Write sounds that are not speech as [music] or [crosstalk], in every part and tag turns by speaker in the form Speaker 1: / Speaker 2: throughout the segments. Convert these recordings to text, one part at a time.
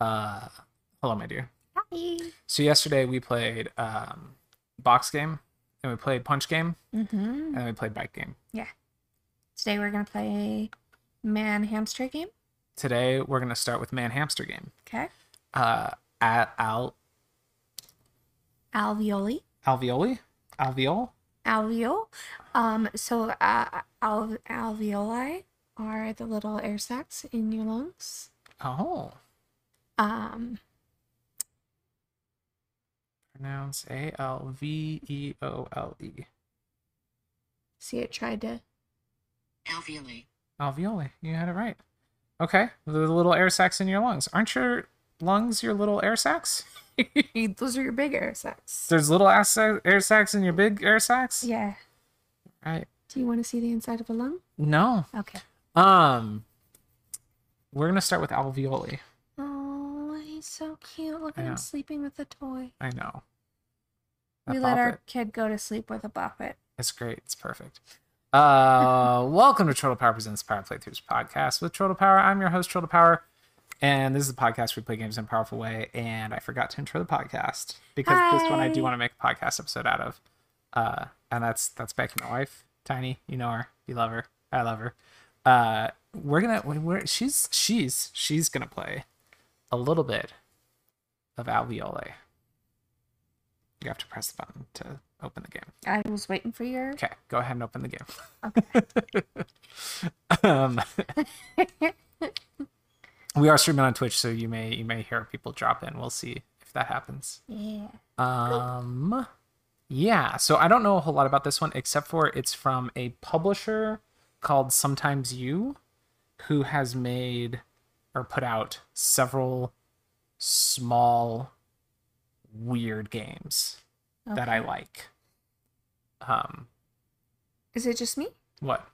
Speaker 1: Uh, hello, my dear.
Speaker 2: Hi.
Speaker 1: So yesterday we played um, box game, and we played punch game,
Speaker 2: Mm-hmm.
Speaker 1: and then we played bike game.
Speaker 2: Today we're gonna play man hamster game.
Speaker 1: Today we're gonna start with man hamster game.
Speaker 2: Okay.
Speaker 1: Uh, at al
Speaker 2: Alveoli.
Speaker 1: alveoli alveol.
Speaker 2: Alveol. Um. So uh, al- alveoli are the little air sacs in your lungs.
Speaker 1: Oh,
Speaker 2: Um.
Speaker 1: pronounce a l v e o l e
Speaker 2: See, it tried to. [laughs]
Speaker 3: Alveoli.
Speaker 1: alveoli. You had it right. Okay, the little air sacs in your lungs. Aren't your lungs your little air sacs?
Speaker 2: Those are your big air sacs.
Speaker 1: There's little ass sac- air sacs in your big air sacs.
Speaker 2: Yeah.
Speaker 1: Right.
Speaker 2: Do you want to see the inside of a lung?
Speaker 1: No.
Speaker 2: Okay.
Speaker 1: Um, we're gonna start with alveoli.
Speaker 2: Oh, he's so cute. Look
Speaker 1: I
Speaker 2: at
Speaker 1: know.
Speaker 2: him sleeping with a toy.
Speaker 1: I know.
Speaker 2: we
Speaker 1: That
Speaker 2: let
Speaker 1: bop
Speaker 2: our
Speaker 1: it.
Speaker 2: kid go to sleep with a boppet.
Speaker 1: It's great. It's perfect. Uh, [laughs] welcome to Turtle Power Presents Power Playthroughs podcast with Turtle Power. I'm your host Turtle Power, and this is a podcast where we play games in a powerful way. And I forgot to intro the podcast because this one I do
Speaker 2: Hi.
Speaker 1: want to make a podcast episode out of. Uh, and that's that's Becky, my wife, Tiny. You know her. You love her. I love her. Uh, we're gonna we're she's she's she's gonna play a little bit of Alveole. You have to press the button to open the game.
Speaker 2: I was waiting for your.
Speaker 1: Okay, go ahead and open the game. [laughs] um, we are streaming on Twitch, so you may you may hear people drop in. We'll see if that happens.
Speaker 2: Yeah.
Speaker 1: Um, yeah. So I don't know a whole lot about this one, except for it's from a publisher called Sometimes You, who has made or put out several small weird games that I
Speaker 2: Okay.
Speaker 1: like. Um,
Speaker 2: Is it just me?
Speaker 1: What?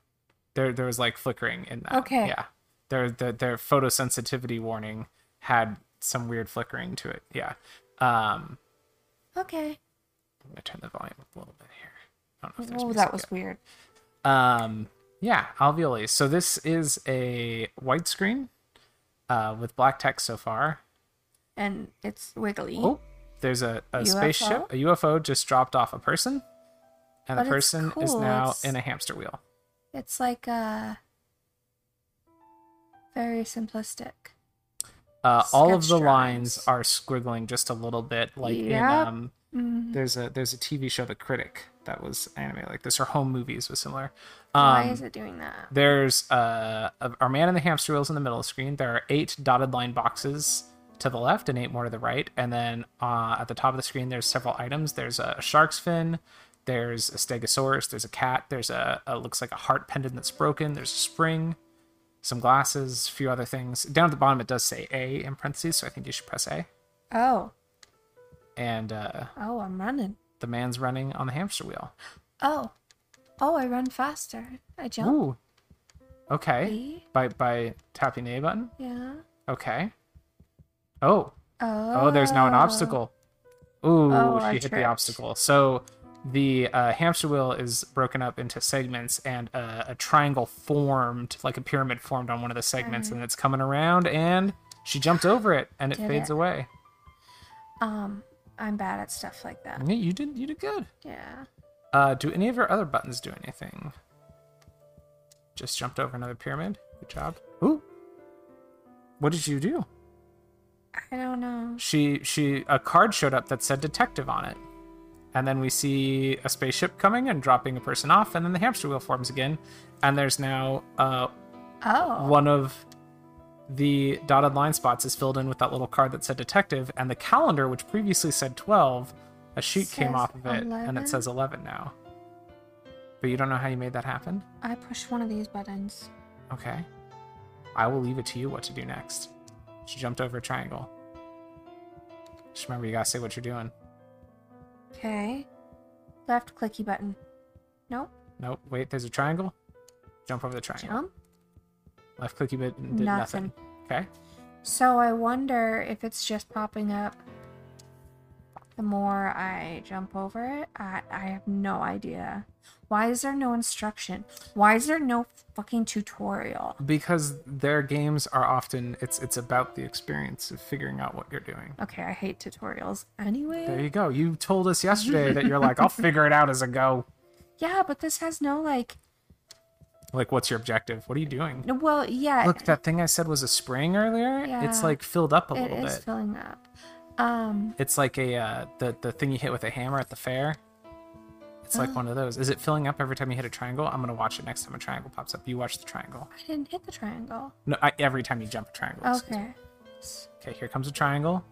Speaker 1: There there was like flickering in that.
Speaker 2: Okay.
Speaker 1: Yeah. Their their, their photosensitivity warning had some weird flickering to it. Yeah. Um
Speaker 2: Okay.
Speaker 1: I'm gonna turn the volume up a little bit here. I don't know if there's
Speaker 2: Oh,
Speaker 1: music
Speaker 2: that was weird.
Speaker 1: yet. um yeah, alveoli. So this is a widescreen uh with black text so far.
Speaker 2: And it's wiggly.
Speaker 1: Oh, there's a, a
Speaker 2: UFO?
Speaker 1: spaceship, a UFO just dropped off a person. And
Speaker 2: But
Speaker 1: the
Speaker 2: it's
Speaker 1: person is
Speaker 2: cool,
Speaker 1: now
Speaker 2: it's-
Speaker 1: in a hamster wheel.
Speaker 2: It's like uh very simplistic.
Speaker 1: Uh, all of
Speaker 2: Sketch
Speaker 1: the lines
Speaker 2: drawings.
Speaker 1: are squiggling just a little bit, like
Speaker 2: Yep.
Speaker 1: in um,
Speaker 2: Mm.
Speaker 1: there's a there's a TV show, The Critic, that was anime like this, or home movies was similar.
Speaker 2: Why
Speaker 1: Um,
Speaker 2: is it doing that?
Speaker 1: There's uh, a, our man in the hamster wheels in the middle of the screen. There are eight dotted line boxes to the left and eight more to the right, and then uh, at the top of the screen, there's several items. There's a shark's fin. There's a stegosaurus. There's a cat. There's a, a looks like a heart pendant that's broken. There's a spring some glasses, a few other things. Down at the bottom, it does say A in parentheses, so I think you should press A.
Speaker 2: Oh,
Speaker 1: And uh,
Speaker 2: oh, I'm running.
Speaker 1: the man's running on the hamster wheel.
Speaker 2: Oh, oh, I run faster. I jump.
Speaker 1: Ooh. Okay.
Speaker 2: See?
Speaker 1: By by tapping the A button.
Speaker 2: Yeah.
Speaker 1: Okay. Oh.
Speaker 2: Oh.
Speaker 1: Oh, there's now an obstacle. Ooh,
Speaker 2: Oh, I
Speaker 1: she hit the
Speaker 2: tripped.
Speaker 1: obstacle. So the uh, hamster wheel is broken up into segments, and uh, a triangle formed, like a pyramid formed on one of the segments, and it's coming around, and she jumped over it, and it
Speaker 2: Mm-hmm. Did
Speaker 1: fades
Speaker 2: it.
Speaker 1: away.
Speaker 2: Um, I'm bad at stuff like that.
Speaker 1: Yeah, you did. You did good.
Speaker 2: Yeah.
Speaker 1: Uh, do any of your other buttons do anything? Just jumped over another pyramid. Good job. Ooh. What did you do?
Speaker 2: I don't know.
Speaker 1: She she a card showed up that said detective on it. And then we see a spaceship coming and dropping a person off, and then the hamster wheel forms again. And there's now uh,
Speaker 2: Oh.
Speaker 1: one of the dotted line spots is filled in with that little card that said detective, and the calendar, which previously said 12, a sheet came
Speaker 2: Says
Speaker 1: off of it, and
Speaker 2: 11?
Speaker 1: it says 11 now. But you don't know how you made that happen?
Speaker 2: I pushed one of these buttons.
Speaker 1: Okay. I will leave it to you what to do next. She jumped over a triangle. Just remember, you gotta say what you're doing.
Speaker 2: Okay. Left clicky button. Nope.
Speaker 1: Nope, wait, there's a triangle. Jump over the triangle.
Speaker 2: Jump.
Speaker 1: Left clicky bit and did nothing.
Speaker 2: Nothing.
Speaker 1: Okay.
Speaker 2: So I wonder if it's just popping up the more I jump over it, I, I have no idea. Why is there no instruction? Why is there no fucking tutorial?
Speaker 1: because their games are often it's it's about the experience of figuring out what you're doing.
Speaker 2: Okay, I hate tutorials
Speaker 1: There
Speaker 2: anyway.
Speaker 1: you go. You told us yesterday that you're like, I'll figure it out as I go.
Speaker 2: Yeah, but this has no like.
Speaker 1: Like, what's your objective? What are you doing?
Speaker 2: no- Well, yeah,
Speaker 1: Look, that thing I said was a spring earlier. It's
Speaker 2: Yeah.
Speaker 1: like filled up a
Speaker 2: it
Speaker 1: little
Speaker 2: is
Speaker 1: bit.
Speaker 2: filling up. Um,
Speaker 1: It's like a uh, the the thing you hit with a hammer at the fair. It's
Speaker 2: Oh.
Speaker 1: like one of those. Is it filling up every time you hit a triangle? I'm gonna watch it next time a triangle pops up. You watch the triangle.
Speaker 2: I didn't hit the triangle.
Speaker 1: No, I, every time you jump a triangle. excuse me.
Speaker 2: Okay.
Speaker 1: Okay. Here comes a triangle.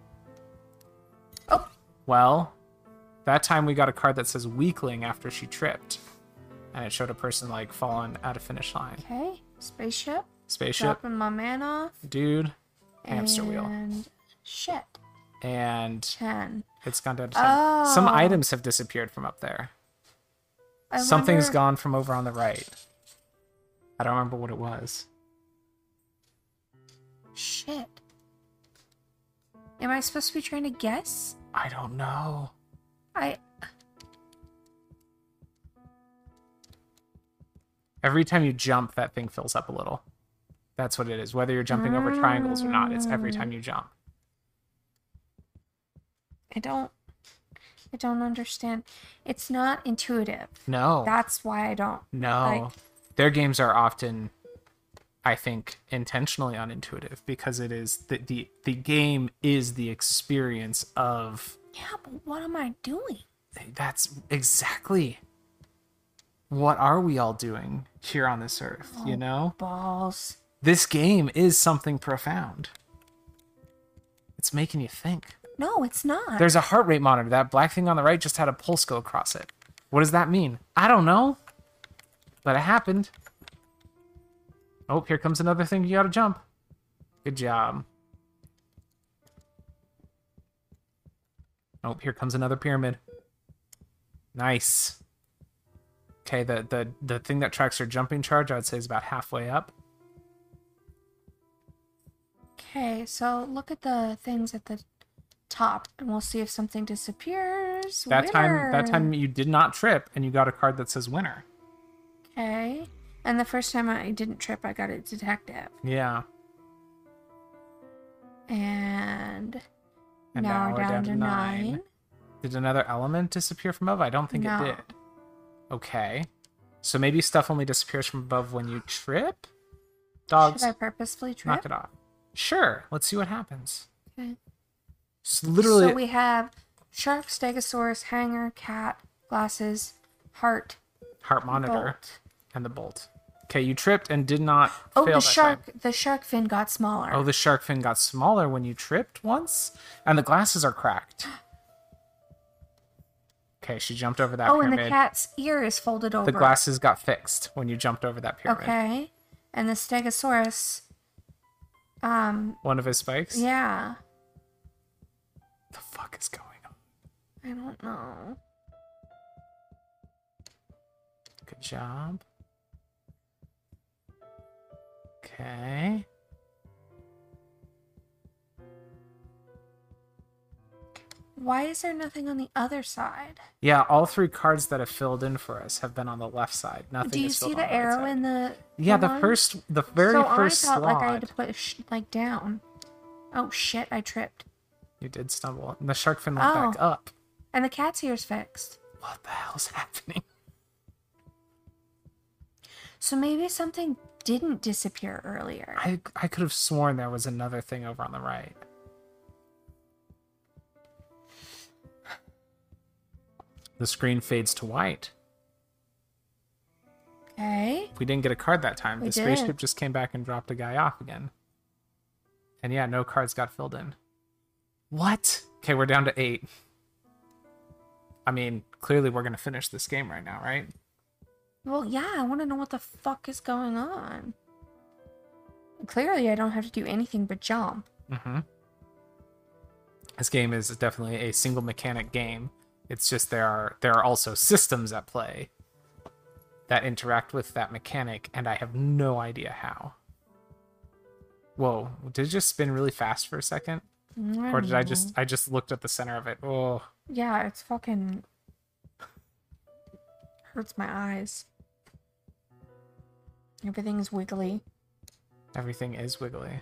Speaker 2: Oh,
Speaker 1: Well, that time we got a card that says weakling after she tripped, and it showed a person like falling at a finish line.
Speaker 2: okay. Spaceship.
Speaker 1: Spaceship,
Speaker 2: Dropping my man off.
Speaker 1: dude, hamster wheel,
Speaker 2: And shit.
Speaker 1: and
Speaker 2: Ten.
Speaker 1: it's gone down to ten. Some
Speaker 2: Oh.
Speaker 1: items have disappeared from up there.
Speaker 2: I
Speaker 1: Something's
Speaker 2: wonder-
Speaker 1: gone from over on the right. I don't remember what it was.
Speaker 2: Shit. Am I supposed to be trying to guess?
Speaker 1: I don't know.
Speaker 2: I
Speaker 1: Every time you jump, that thing fills up a little. That's what it is. Whether you're jumping over triangles or not, it's
Speaker 2: Mm.
Speaker 1: every time you jump.
Speaker 2: I don't I don't understand. It's not intuitive.
Speaker 1: No.
Speaker 2: That's why I don't.
Speaker 1: No.
Speaker 2: Like-
Speaker 1: Their games are often, I think, intentionally unintuitive because it is the, the the game is the experience of
Speaker 2: Yeah, but what am I doing?
Speaker 1: that's exactly what are we all doing here on this earth, you know?
Speaker 2: Balls.
Speaker 1: This game is something profound. It's making you think.
Speaker 2: No, it's not.
Speaker 1: There's a heart rate monitor. That black thing on the right just had a pulse go across it. What does that mean? I don't know. But it happened. Oh, here comes another thing you gotta jump. Good job. Oh, here comes another pyramid. Nice. Okay, the, the the thing that tracks your jumping charge, I'd say, is about halfway up.
Speaker 2: Okay, so look at the things at the top and we'll see if something disappears.
Speaker 1: That time that
Speaker 2: Winner.
Speaker 1: time you did not trip and you got a card that says winner.
Speaker 2: Okay. And the first time I didn't trip, I got a detective.
Speaker 1: Yeah.
Speaker 2: And,
Speaker 1: And
Speaker 2: now, we're down, to nine.
Speaker 1: Did another element disappear from above? I don't think
Speaker 2: No.
Speaker 1: it did. Okay. So maybe stuff only disappears from above when you trip? Dogs,
Speaker 2: Should I purposefully trip?
Speaker 1: knock it off. Sure. Let's see what happens.
Speaker 2: Okay.
Speaker 1: S- literally,
Speaker 2: So we have shark, stegosaurus, hanger, cat, glasses, heart,
Speaker 1: heart monitor
Speaker 2: bolt.
Speaker 1: and the bolt. Okay, you tripped and did not
Speaker 2: Oh,
Speaker 1: fail
Speaker 2: the
Speaker 1: that time.
Speaker 2: shark. The shark fin got smaller.
Speaker 1: Oh, the shark fin got smaller when you tripped once, and the glasses are cracked. Okay, she jumped over that
Speaker 2: Oh, and
Speaker 1: pyramid.
Speaker 2: the cat's ear is folded over.
Speaker 1: the glasses got fixed when you jumped over that pyramid.
Speaker 2: Okay, and the stegosaurus. Um.
Speaker 1: One of his spikes.
Speaker 2: Yeah.
Speaker 1: the fuck is going on?
Speaker 2: I don't know.
Speaker 1: Good job. Okay.
Speaker 2: Why is there nothing on the other side?
Speaker 1: Yeah, all three cards that have filled in for us have been on the left side. Nothing.
Speaker 2: Do you
Speaker 1: is
Speaker 2: see
Speaker 1: filled
Speaker 2: the
Speaker 1: on right
Speaker 2: arrow
Speaker 1: side.
Speaker 2: in the?
Speaker 1: Yeah, the
Speaker 2: one?
Speaker 1: first, the very
Speaker 2: so
Speaker 1: first
Speaker 2: I
Speaker 1: slot.
Speaker 2: felt like I had to put sh- like down. Oh shit! I tripped,
Speaker 1: You did stumble, and the shark fin went back
Speaker 2: Oh.
Speaker 1: up.
Speaker 2: and the cat's ear's fixed.
Speaker 1: What the hell's [laughs] happening?
Speaker 2: So maybe something didn't disappear earlier.
Speaker 1: I I could have sworn there was another thing over on the right. The screen fades to white.
Speaker 2: Okay.
Speaker 1: we didn't get a card that time.
Speaker 2: We
Speaker 1: the spaceship
Speaker 2: didn't.
Speaker 1: just came back and dropped a guy off again. And yeah, no cards got filled in. What? Okay, we're down to eight. I mean, clearly we're gonna finish this game right now, right?
Speaker 2: Well, yeah, I want to know what the fuck is going on. Clearly, I don't have to do anything but jump.
Speaker 1: Mm-hmm. This game is definitely a single mechanic game. It's just there are there are also systems at play that interact with that mechanic, and I have no idea how. Whoa, did it just spin really fast for a second?
Speaker 2: Mm,
Speaker 1: Or did I just I just looked at the center of it? Oh,
Speaker 2: Yeah, it's fucking hurts my eyes. Everything's wiggly.
Speaker 1: everything is wiggly.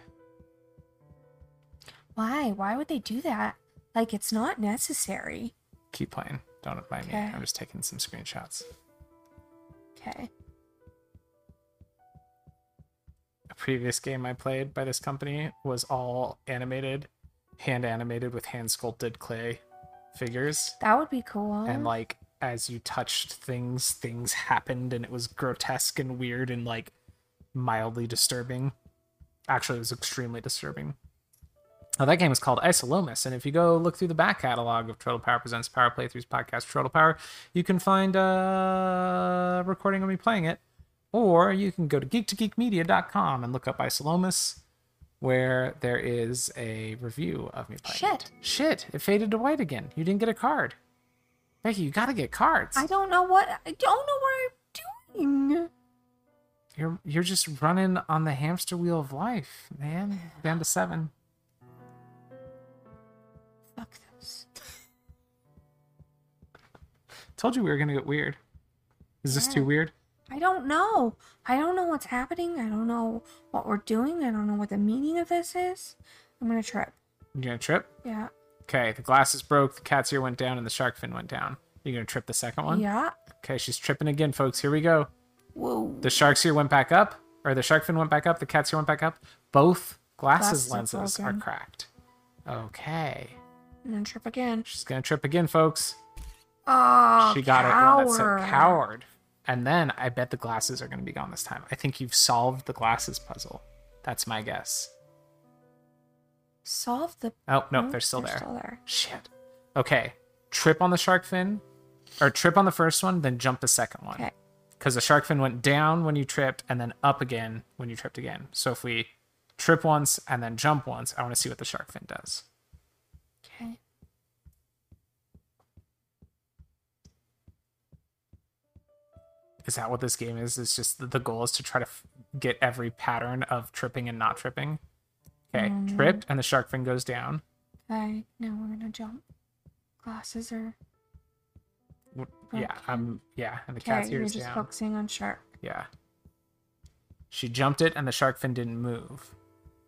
Speaker 2: Why? Why would they do that? Like it's not necessary.
Speaker 1: Keep playing. Don't mind me.
Speaker 2: Okay.
Speaker 1: I'm just taking some screenshots.
Speaker 2: Okay.
Speaker 1: A previous game I played by this company was all animated, hand animated with hand sculpted clay figures.
Speaker 2: That would be cool.
Speaker 1: and like as you touched things things happened and it was grotesque and weird and like mildly disturbing actually it was extremely disturbing now that game is called isolomus and if you go look through the back catalog of turtle power presents power playthroughs podcast turtle power you can find a recording of me playing it or you can go to geek2geekmedia.com and look up isolomus where there is a review of me playing
Speaker 2: Shit.
Speaker 1: it. Shit, it faded to white again. You didn't get a card. Becky, you gotta get cards.
Speaker 2: I don't know what I don't know what I'm doing.
Speaker 1: You're you're just running on the hamster wheel of life, man. Down to seven.
Speaker 2: Fuck this.
Speaker 1: Told you we were gonna get weird. Is this too
Speaker 2: Yeah.
Speaker 1: weird?
Speaker 2: I don't know. I don't know what's happening. I don't know what we're doing. I don't know what the meaning of this is. I'm gonna trip.
Speaker 1: You gonna trip?
Speaker 2: Yeah.
Speaker 1: Okay, the glasses broke, the cat's ear went down, and the shark fin went down. You gonna trip the second one?
Speaker 2: Yeah.
Speaker 1: Okay, she's tripping again, folks. Here we go.
Speaker 2: Whoa.
Speaker 1: The shark's ear went back up, or the shark fin went back up, the cat's ear went back up. Both glasses,
Speaker 2: Glasses are
Speaker 1: lenses are
Speaker 2: broken.
Speaker 1: cracked. Okay.
Speaker 2: I'm gonna trip again.
Speaker 1: She's gonna trip again, folks.
Speaker 2: Oh,
Speaker 1: she got it when it
Speaker 2: coward.
Speaker 1: said coward. And then I bet the glasses are going to be gone this time. I think you've solved the glasses puzzle. That's my guess.
Speaker 2: Solve the.
Speaker 1: Oh, no, they're still there.
Speaker 2: Still there.
Speaker 1: Shit. Okay. Trip on the shark fin, or trip on the first one, then jump the second one.
Speaker 2: Okay.
Speaker 1: Because the shark fin went down when you tripped and then up again when you tripped again. So if we trip once and then jump once, I want to see what the shark fin does.
Speaker 2: Okay.
Speaker 1: Is that what this game is? Is just the- the goal is to try to f- get every pattern of tripping and not tripping? Okay.
Speaker 2: Mm.
Speaker 1: Tripped and the shark fin goes down.
Speaker 2: Okay. Now we're gonna jump. Glasses are.
Speaker 1: W- Yeah,
Speaker 2: Okay.
Speaker 1: um, yeah, and the cat's
Speaker 2: Okay. You're
Speaker 1: ears
Speaker 2: just
Speaker 1: down.
Speaker 2: focusing on shark.
Speaker 1: Yeah. She jumped it, and the shark fin didn't move.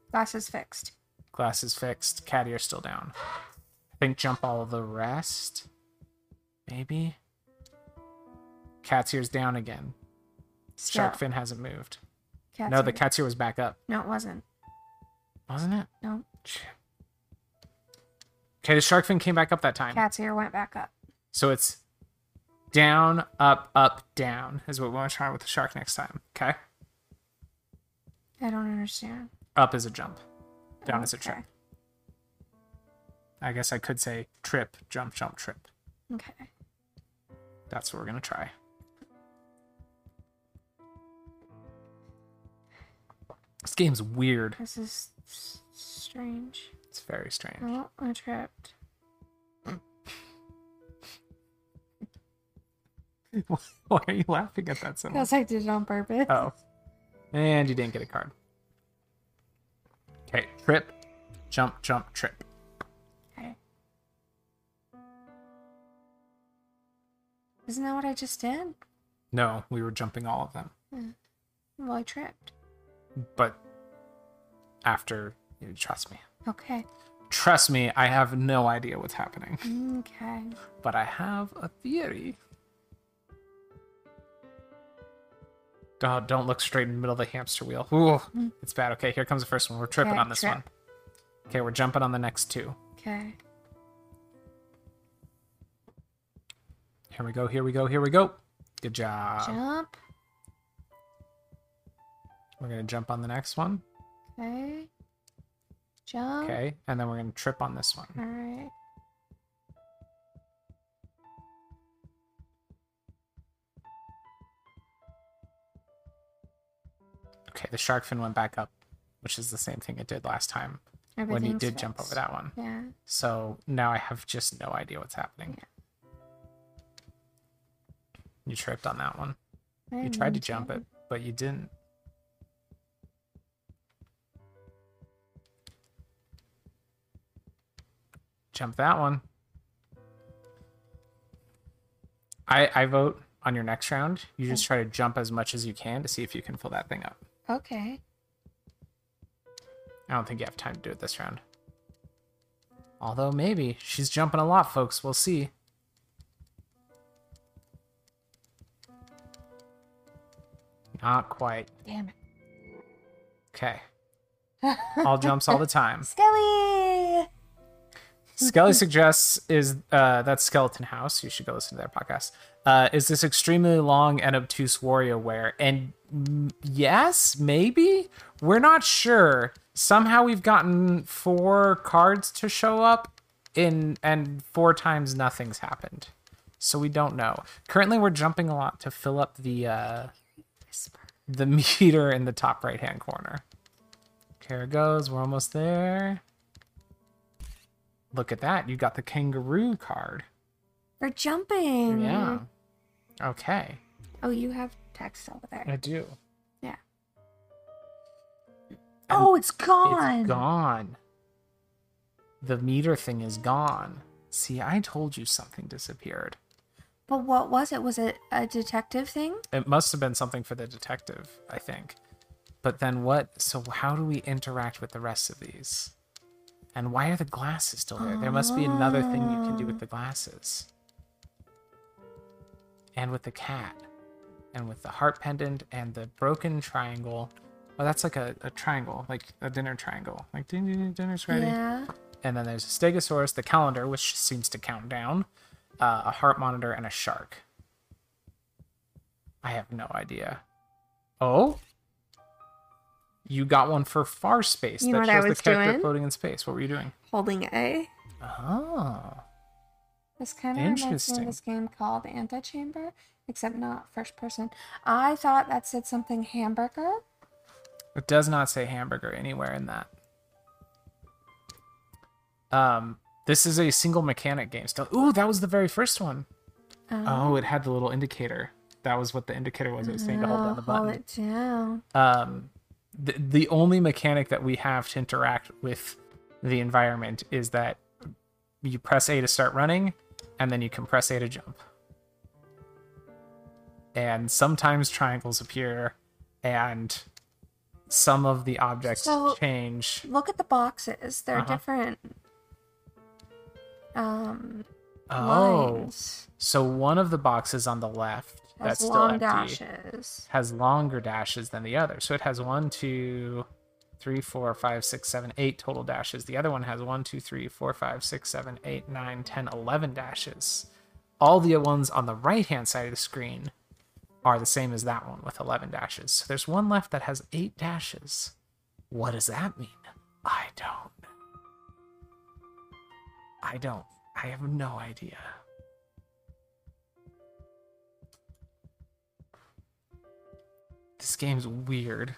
Speaker 2: Glasses fixed.
Speaker 1: Glasses fixed, cat ear still down. I think jump all of the rest. Maybe. Cat's ear's down again. Shark
Speaker 2: Still.
Speaker 1: fin hasn't moved.
Speaker 2: Cat's
Speaker 1: no, the
Speaker 2: ear-
Speaker 1: cat's ear was back up,
Speaker 2: No, it wasn't.
Speaker 1: wasn't it?
Speaker 2: No.
Speaker 1: Okay, the shark fin came back up that time.
Speaker 2: Cat's ear went back up.
Speaker 1: So it's down, up, up, down is what we want to try with the shark next time. Okay.
Speaker 2: I don't understand.
Speaker 1: Up is a jump. Down is a
Speaker 2: Okay.
Speaker 1: trip. I guess I could say trip, jump, jump, trip.
Speaker 2: Okay.
Speaker 1: That's what we're gonna try. This game's weird.
Speaker 2: This is s- strange.
Speaker 1: It's very strange.
Speaker 2: Oh, I tripped.
Speaker 1: [laughs] Why are you laughing at that so much?
Speaker 2: Because I did it on purpose.
Speaker 1: Oh. And you didn't get a card. Okay, trip, jump, jump, trip.
Speaker 2: Okay. Isn't that what I just did?
Speaker 1: No, we were jumping all of them.
Speaker 2: Well, I tripped.
Speaker 1: But after, trust me.
Speaker 2: Okay.
Speaker 1: Trust me, I have no idea what's happening.
Speaker 2: Okay.
Speaker 1: but I have a theory. Oh, don't look straight in the middle of the hamster wheel. Ooh, it's bad. Okay, here comes the first one. We're tripping
Speaker 2: Mm. Okay,
Speaker 1: on this
Speaker 2: trip.
Speaker 1: one. Okay, we're jumping on the next two.
Speaker 2: Okay.
Speaker 1: Here we go. Here we go. Here we go. Good job.
Speaker 2: Jump.
Speaker 1: We're gonna jump on the next one.
Speaker 2: Okay. Jump.
Speaker 1: Okay, and then we're gonna trip on this one.
Speaker 2: All right.
Speaker 1: Okay, the shark fin went back up, which is the same thing it did last time when you
Speaker 2: Everything's
Speaker 1: did jump over
Speaker 2: fixed.
Speaker 1: that one.
Speaker 2: Yeah.
Speaker 1: So now I have just no idea what's happening. You tripped on that one.
Speaker 2: I
Speaker 1: You tried to
Speaker 2: didn't
Speaker 1: jump
Speaker 2: jump.
Speaker 1: it, but you didn't. Jump that one. I I vote on your next round. You just try to jump as much as you can to see if you can fill that thing up.
Speaker 2: Okay.
Speaker 1: I don't think you have time to do it this round. Although maybe she's jumping a lot, folks. We'll see. Not quite.
Speaker 2: Damn it.
Speaker 1: Okay. All jumps all the time.
Speaker 2: Skelly!
Speaker 1: Skelly suggests is uh, that skeleton house. You should go listen to their podcast. Uh, is this extremely long and obtuse warrior wear? And mm, yes, maybe we're not sure. Somehow we've gotten four cards to show up in, and four times nothing's happened, so we don't know. Currently, we're jumping a lot to fill up the uh,
Speaker 2: Whisper.
Speaker 1: the [laughs] meter in the top right hand corner. Here it goes. We're almost there. Look at that. You got the kangaroo card.
Speaker 2: We're jumping.
Speaker 1: Yeah. Okay.
Speaker 2: Oh, you have text over there.
Speaker 1: I do.
Speaker 2: Yeah.
Speaker 1: And
Speaker 2: oh, it's gone.
Speaker 1: It's gone. The meter thing is gone. See, I told you something disappeared.
Speaker 2: But what was it? Was it a detective thing?
Speaker 1: It must have been something for the detective, I think. But then what? So, how do we interact with the rest of these? And why are the glasses still there? There must be another thing you can do with the glasses. And with the cat. And with the heart pendant and the broken triangle. Oh, that's like a, a triangle, like a dinner triangle. Like, ding, ding, ding, dinner's ready.
Speaker 2: Yeah.
Speaker 1: And then there's a stegosaurus, the calendar, which seems to count down, uh, a heart monitor, and a shark. I have no idea. Oh? You got one for far space
Speaker 2: You know
Speaker 1: that
Speaker 2: what I
Speaker 1: shows the
Speaker 2: was
Speaker 1: character
Speaker 2: doing?
Speaker 1: floating in space. What were you doing?
Speaker 2: Holding A.
Speaker 1: Oh.
Speaker 2: This kind of reminds me
Speaker 1: Interesting.
Speaker 2: of this game called Antichamber, except not first person. I thought that said something hamburger.
Speaker 1: It does not say hamburger anywhere in that. Um, this is a single mechanic game still. Ooh, that was the very first one.
Speaker 2: Um,
Speaker 1: Oh, it had the little indicator. That was what the indicator was. It was saying to hold down the
Speaker 2: I'll
Speaker 1: button.
Speaker 2: Hold it down.
Speaker 1: um, the, the only mechanic that we have to interact with the environment is that you press A to start running, and then you can press A to jump. And sometimes triangles appear, and some of the objects
Speaker 2: So-
Speaker 1: change.
Speaker 2: Look at the boxes. They're
Speaker 1: Uh-huh.
Speaker 2: different. Um,
Speaker 1: Oh,
Speaker 2: lines.
Speaker 1: so one of the boxes on the left
Speaker 2: Has
Speaker 1: that's still
Speaker 2: long
Speaker 1: empty
Speaker 2: dashes.
Speaker 1: has longer dashes than the other. So it has one, two, three, four, five, six, seven, eight total dashes. The other one has one, two, three, four, five, six, seven, eight, nine, ten, eleven dashes. All the ones on the right hand side of the screen are the same as that one with eleven dashes. So there's one left that has eight dashes. What does that mean? I don't. I don't. I have no idea. This game's weird.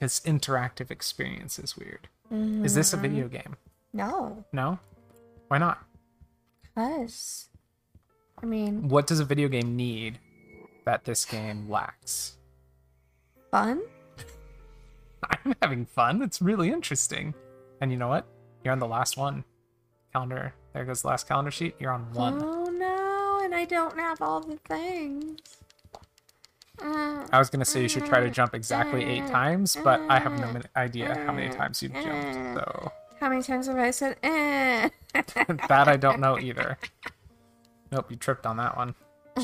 Speaker 1: This interactive experience is weird. Is this a
Speaker 2: Mhm.
Speaker 1: video game?
Speaker 2: No,
Speaker 1: No? Why not?
Speaker 2: because I mean,
Speaker 1: What does a video game need that this game lacks? [laughs]
Speaker 2: fun.
Speaker 1: I'm having fun. It's really interesting. And you know what? You're on the last one. Calendar. There goes the last calendar sheet. You're on one.
Speaker 2: Oh no, and I don't have all the things. Uh,
Speaker 1: I was gonna say you should try to jump exactly eight times, but I have no min- idea how many times you've jumped. So
Speaker 2: how many times have I said? Eh?
Speaker 1: [laughs] that I don't know either. Nope, you tripped on that one.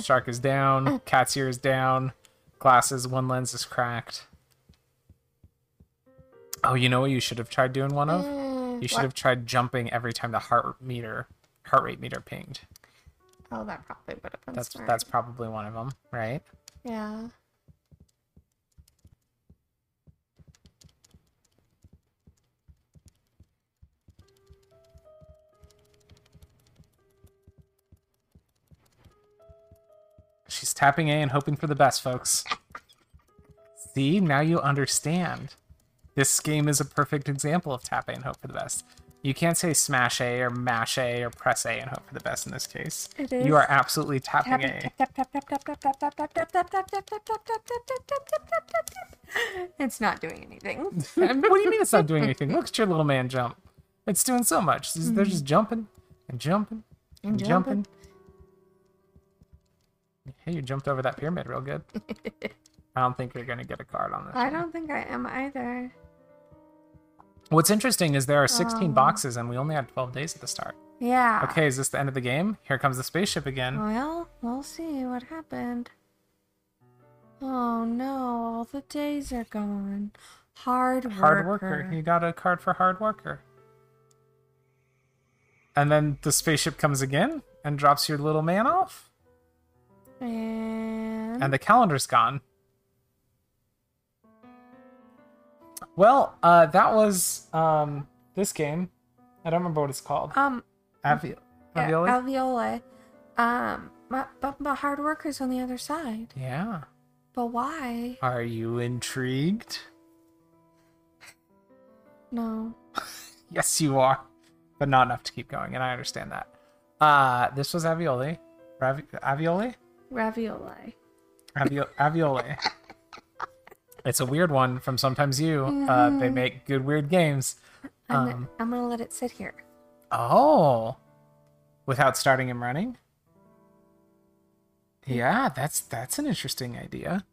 Speaker 1: Shark is down. Cat's ear is down. Glasses. One lens is cracked. Oh, you know what you should have tried doing one of?
Speaker 2: Eh.
Speaker 1: Oh,
Speaker 2: [laughs]
Speaker 1: You should
Speaker 2: What?
Speaker 1: have tried jumping every time the heart meter, heart rate meter pinged.
Speaker 2: Oh, that probably would have been
Speaker 1: That's
Speaker 2: smart.
Speaker 1: that's probably one of them, right?
Speaker 2: yeah.
Speaker 1: She's tapping A and hoping for the best, folks. See, now you understand. This game is a perfect example of tap A and hope for the best. You can't say smash A or mash A or press A and hope for the best in this case.
Speaker 2: It is.
Speaker 1: You are absolutely tapping
Speaker 2: Tap
Speaker 1: A.
Speaker 2: it, tap, tap, tap, tap, tap, tap, tap, tap, tap, tap, tap, tap, tap, tap, tap, tap, tap, tap, tap, tap, tap, tap. [laughs] It's not doing anything. [laughs]
Speaker 1: And what do you mean it's not doing anything? Look at your little man jump. It's doing so much. They're
Speaker 2: Mm-hmm.
Speaker 1: just jumping and jumping and,
Speaker 2: And
Speaker 1: jumping. Hey, you jumped over that pyramid real
Speaker 2: [laughs]
Speaker 1: good. I don't think you're gonna get a card on this.
Speaker 2: I
Speaker 1: one.
Speaker 2: don't think I am either.
Speaker 1: What's interesting is there are 16
Speaker 2: Um.
Speaker 1: boxes and we only had 12 days at the start.
Speaker 2: Yeah.
Speaker 1: Okay, is this the end of the game? Here comes the spaceship again.
Speaker 2: Well, we'll see what happened. Oh no, all the days are gone. Hard Oh, worker.
Speaker 1: hard worker. You got a card for hard worker. And then the spaceship comes again and drops your little man off.
Speaker 2: And,
Speaker 1: And the calendar's gone. Well, uh, that was um, this game. I don't remember what it's called.
Speaker 2: um
Speaker 1: Avi-
Speaker 2: yeah,
Speaker 1: Avioli?
Speaker 2: alveoli. Um but, but but hard workers on the other side.
Speaker 1: yeah.
Speaker 2: But why?
Speaker 1: Are you intrigued?
Speaker 2: No.
Speaker 1: Yes, you are, but not enough to keep going, and I understand that. Uh, this was Avioli. Ravi- Avioli?
Speaker 2: Ravioli.
Speaker 1: Avio- Avioli. It's a weird one from Sometimes You. Uh, they make good, weird games.
Speaker 2: I'm,
Speaker 1: Um.
Speaker 2: gonna, I'm gonna let it sit here.
Speaker 1: Oh, without starting him running. Yeah, that's that's an interesting idea.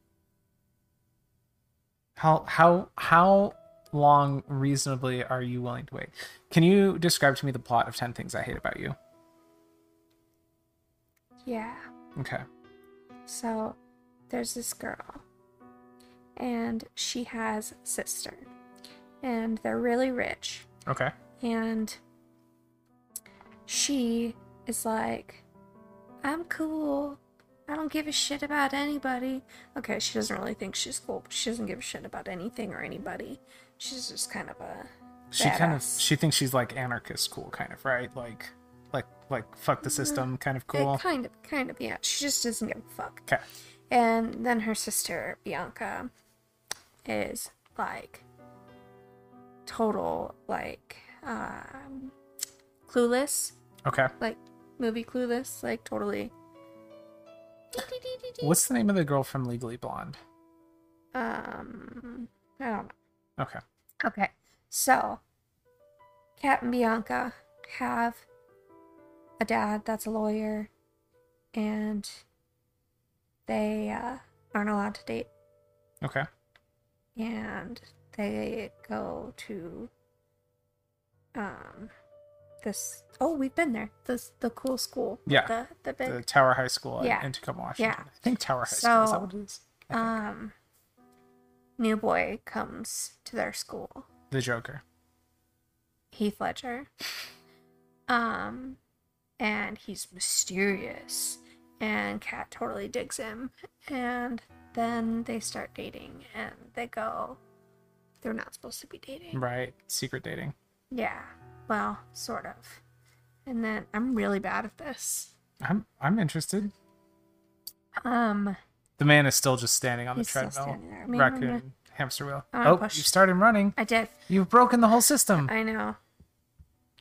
Speaker 1: How how how long reasonably are you willing to wait? Can you describe to me the plot of Ten Things I Hate About You?
Speaker 2: Yeah.
Speaker 1: Okay.
Speaker 2: So there's this girl, and she has a sister, and they're really rich,
Speaker 1: Okay.
Speaker 2: and she is like, I'm cool. I don't give a shit about anybody. Okay, she doesn't really think she's cool, but she doesn't give a shit about anything or anybody. She's just kind of a eh,
Speaker 1: She kind of
Speaker 2: Badass.
Speaker 1: she thinks she's like anarchist cool kind of, right? Like like like fuck
Speaker 2: Mm-hmm.
Speaker 1: the system kind of cool.
Speaker 2: kind of kind of yeah. She just doesn't give a fuck.
Speaker 1: Okay.
Speaker 2: And then her sister, Bianca, is like total, like, um, clueless,
Speaker 1: Okay.
Speaker 2: like movie clueless, like totally.
Speaker 1: What's the name of the girl from Legally Blonde?
Speaker 2: Um, I don't know.
Speaker 1: Okay.
Speaker 2: Okay. So, Kat and Bianca have a dad that's a lawyer, and they uh, aren't allowed to date.
Speaker 1: Okay.
Speaker 2: and they go to um this oh we've been there this the cool school with
Speaker 1: Yeah,
Speaker 2: the the big
Speaker 1: The Tower High School in,
Speaker 2: Yeah.
Speaker 1: in Tacoma, Washington.
Speaker 2: Yeah.
Speaker 1: I think Tower High School is that
Speaker 2: So,
Speaker 1: what it is? I think.
Speaker 2: um new boy comes to their school
Speaker 1: the Joker.
Speaker 2: heath ledger um and he's mysterious and kat totally digs him and then they start dating and they go they're not supposed to be dating
Speaker 1: Right. Secret dating.
Speaker 2: Yeah, well, sort of. And then I'm really bad at this.
Speaker 1: I'm I'm interested.
Speaker 2: Um,
Speaker 1: The man is still just standing on the
Speaker 2: He's still
Speaker 1: treadmill.
Speaker 2: standing there. I mean, I'm
Speaker 1: Raccoon
Speaker 2: gonna-
Speaker 1: hamster wheel.
Speaker 2: I'm gonna
Speaker 1: Oh,
Speaker 2: push-
Speaker 1: you started him running.
Speaker 2: I did.
Speaker 1: You've broken the whole system.
Speaker 2: I know.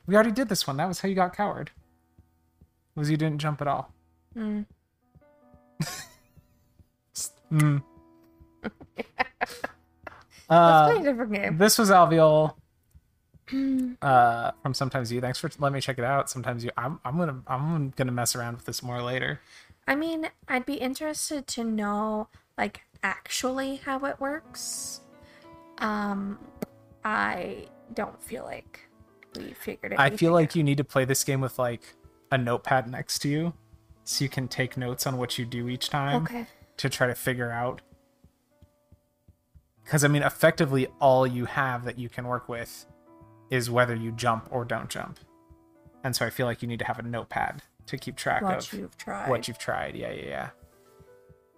Speaker 1: We already did this one. That was how you got coward. Was you didn't jump at all.
Speaker 2: Mm.
Speaker 1: Mm. [laughs]
Speaker 2: Let's play
Speaker 1: uh,
Speaker 2: a different game.
Speaker 1: this was Alveol
Speaker 2: [clears throat]
Speaker 1: uh, from Sometimes You. Thanks for letting me check it out. Sometimes You. I'm, I'm gonna I'm gonna mess around with this more later.
Speaker 2: I mean, I'd be interested to know, like, actually how it works. Um, I don't feel like we figured it.
Speaker 1: I feel like you need to play this game with like a notepad next to you, so you can take notes on what you do each time
Speaker 2: Okay.
Speaker 1: to try to figure out. Because I mean, effectively, all you have that you can work with is whether you jump or don't jump, and so I feel like you need to have a notepad to keep track
Speaker 2: What
Speaker 1: of
Speaker 2: you've tried.
Speaker 1: what you've tried. Yeah, yeah, yeah.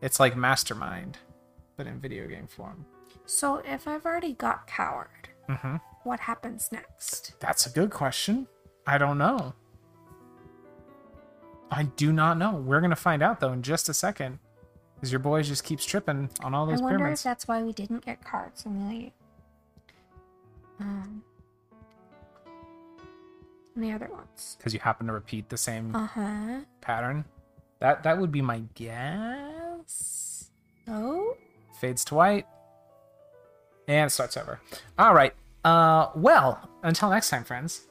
Speaker 1: It's like Mastermind, but in video game form.
Speaker 2: So if I've already got coward,
Speaker 1: Mm-hmm.
Speaker 2: what happens next?
Speaker 1: That's a good question. I don't know. I do not know. We're gonna find out though in just a second, because your boy just keeps tripping on all those
Speaker 2: I wonder
Speaker 1: pyramids.
Speaker 2: if that's why we didn't get cards when we. Um, and the other ones.
Speaker 1: Because you happen to repeat the same
Speaker 2: Uh
Speaker 1: Mm.
Speaker 2: huh.
Speaker 1: pattern. That that would be my guess.
Speaker 2: Oh.
Speaker 1: Fades to white, and starts over. All right. Uh, well, until next time, friends.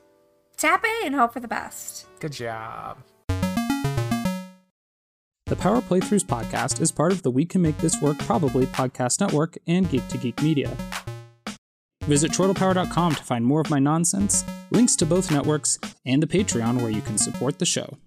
Speaker 2: Tap A and hope for the best.
Speaker 4: Good job.
Speaker 1: The Power Playthroughs podcast is part of the We Can Make This Work Probably podcast network and Geek to Geek Media. Visit chortlepower.com to find more of my nonsense, links to both networks, and the Patreon where you can support the show.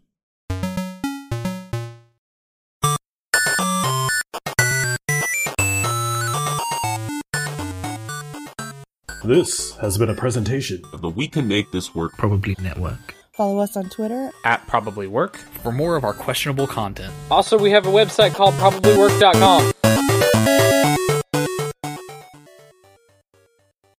Speaker 5: This has been a presentation
Speaker 6: of the We Can Make This Work
Speaker 7: Probably Network.
Speaker 8: Follow us on Twitter
Speaker 1: At Probably Work.
Speaker 7: For more of our questionable content.
Speaker 9: Also, we have a website called probablywork.com.